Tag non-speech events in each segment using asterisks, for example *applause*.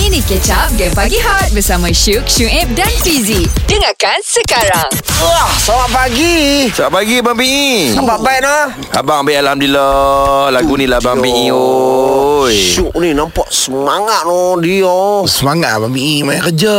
Mari catch up Game Pagi Hot Bersama Syuk, Syuib dan Fizi Dengarkan sekarang Wah, selamat pagi. Selamat pagi Abang PI Apa baik noh? Abang ambil Alhamdulillah Lagu ni lah Abang PI Oi Syuk ni nampak semangat no dia. Semangat Abang Mi Banyak kerja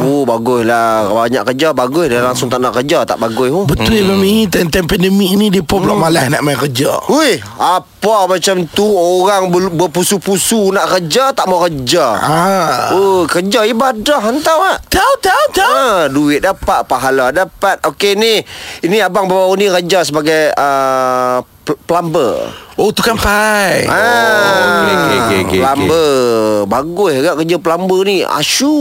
Oh, baguslah. Banyak kerja bagus dia langsung tak nak kerja, tak bagus oh. Betul Abang Mi Time-time pandemik ni Dia pun pula malas nak main kerja Hui, apa macam tu orang ber- berpusu-pusu nak kerja tak mau kerja. Ah, Oh, kerja ibadah hantar ah. Tahu tahu tahu Ha, duit dapat, pahala dapat. Okey ni, ini abang baru ni kerja sebagai uh, pl- plumber. Oh tukang pai Ah, okey, okey, okey, okey, plumber. Bagus juga kerja plumber ni. Asyu.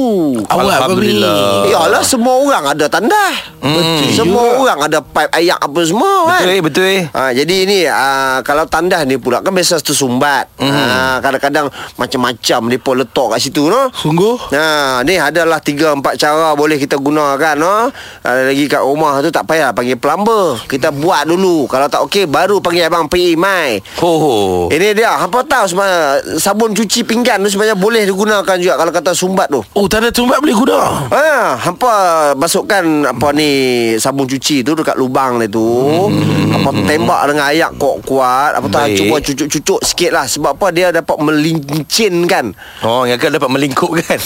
Awak Abang Mi Alhamdulillah. Yalah semua orang ada tandas. Betul. Semua orang ada pipe air apa semua Hmm, kan. Betul eh Betul eh Ha, jadi ini ah, Kalau tandas ni pula Kan biasa tersumbat Hmm. mm. ha, Kadang-kadang Macam-macam Mereka letak kat situ no? Sungguh Ha, ni adalah tiga empat cara boleh kita gunakan no? Ada lagi kat rumah tu tak payah panggil plumber. Kita buat dulu. Kalau tak okey baru panggil abang PI mai. Ho ho Ini dia Hampa tahu sebenarnya Sabun cuci pinggan tu Sebenarnya boleh digunakan juga Kalau kata sumbat tu Oh tanda tumbat boleh guna Ha, hampa masukkan apa ni sabun cuci tu dekat lubang dia tu. Hmm. Apa tembak dengan ayak kuat-kuat, apa tu Baik. cuba cucuk-cucuk sikit lah sebab apa dia dapat kan? melincinkan. Oh yang kau dapat melingkup *laughs* kan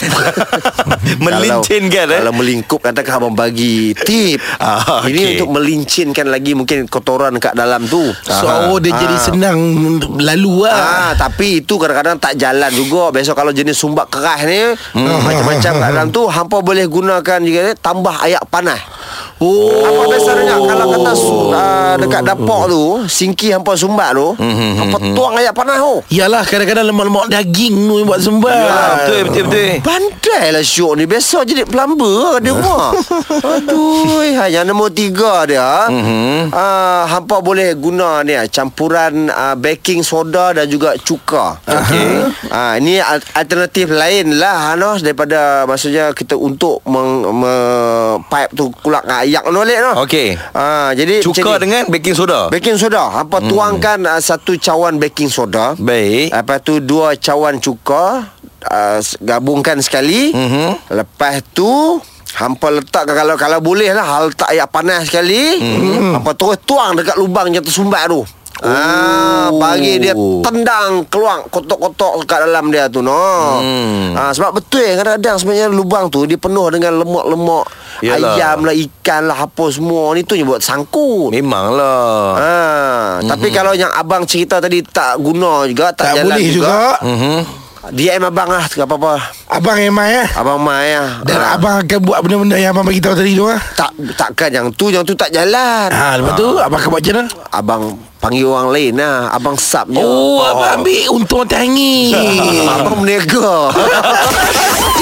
Melincin kan kalau, eh Kalau melingkup Katakan abang bagi Tip Ah, Ini okey. untuk melincinkan lagi Mungkin kotoran kat dalam tu So oh, dia Ah. jadi senang Lalu Ah, lah tapi itu kadang-kadang tak jalan juga. Besok kalau jenis sumbat keras ni hmm. macam-macam kat dalam tu hampa boleh gunakan juga ni tambah ayak panas. Oh. Apa besarnya kalau kata su- ah, dekat dapur tu, sinki hampa sumbat tu, hmm, hampa tuang ayak panas tu. Yalah kadang-kadang lemak-lemak daging tu yang buat sembah Ah, Betul betul betul Pandai lah syok ni Biasa jadi plumber lah *laughs* Dia rumah Aduh ha, Yang nombor tiga dia mm-hmm. Mhm. uh, Hampa boleh guna ni ah, Campuran uh, baking soda Dan juga cuka okay. uh, Ini al- alternatif lain lah Hanos Daripada Maksudnya kita untuk meng, me, Pipe tu kulak dengan ayak no, Lek, no? Okey. uh, Jadi macam Cuka ni. dengan baking soda Baking soda Hampa hmm. tuangkan uh, Satu cawan baking soda Baik Lepas tu dua cawan cuka uh, gabungkan sekali. Mhm. Mm-hmm. Lepas tu hampa letak kalau kalau boleh lah hal tak air panas sekali. Mhm. Mm-hmm. Hampa terus tuang dekat lubang yang tersumbat tu. Ah, Oh. bagi dia tendang keluar kotok-kotok kat dalam dia tu no. Hmm. Ah, sebab betul kadang-kadang sebenarnya lubang tu dia penuh dengan lemak-lemak Yalah. ayam lah ikan lah apa semua ni tu je buat sangkut. Memanglah Ha, mm-hmm. tapi kalau yang abang cerita tadi tak guna juga tak, Mhm. Tak jalan boleh juga. juga, Mhm. DM abang lah tak apa-apa. Abang Emai eh Abang mai lah. Dan Ah, abang akan buat benda-benda Yang abang bagi tahu tadi tu ah. tak takkan yang tu yang tu tak jalan. Ha, lepas tu abang akan buat macam mana? Abang panggil orang lain lah. Abang sub je. Oh, abang ambil untung tangi. abang meniaga. *laughs*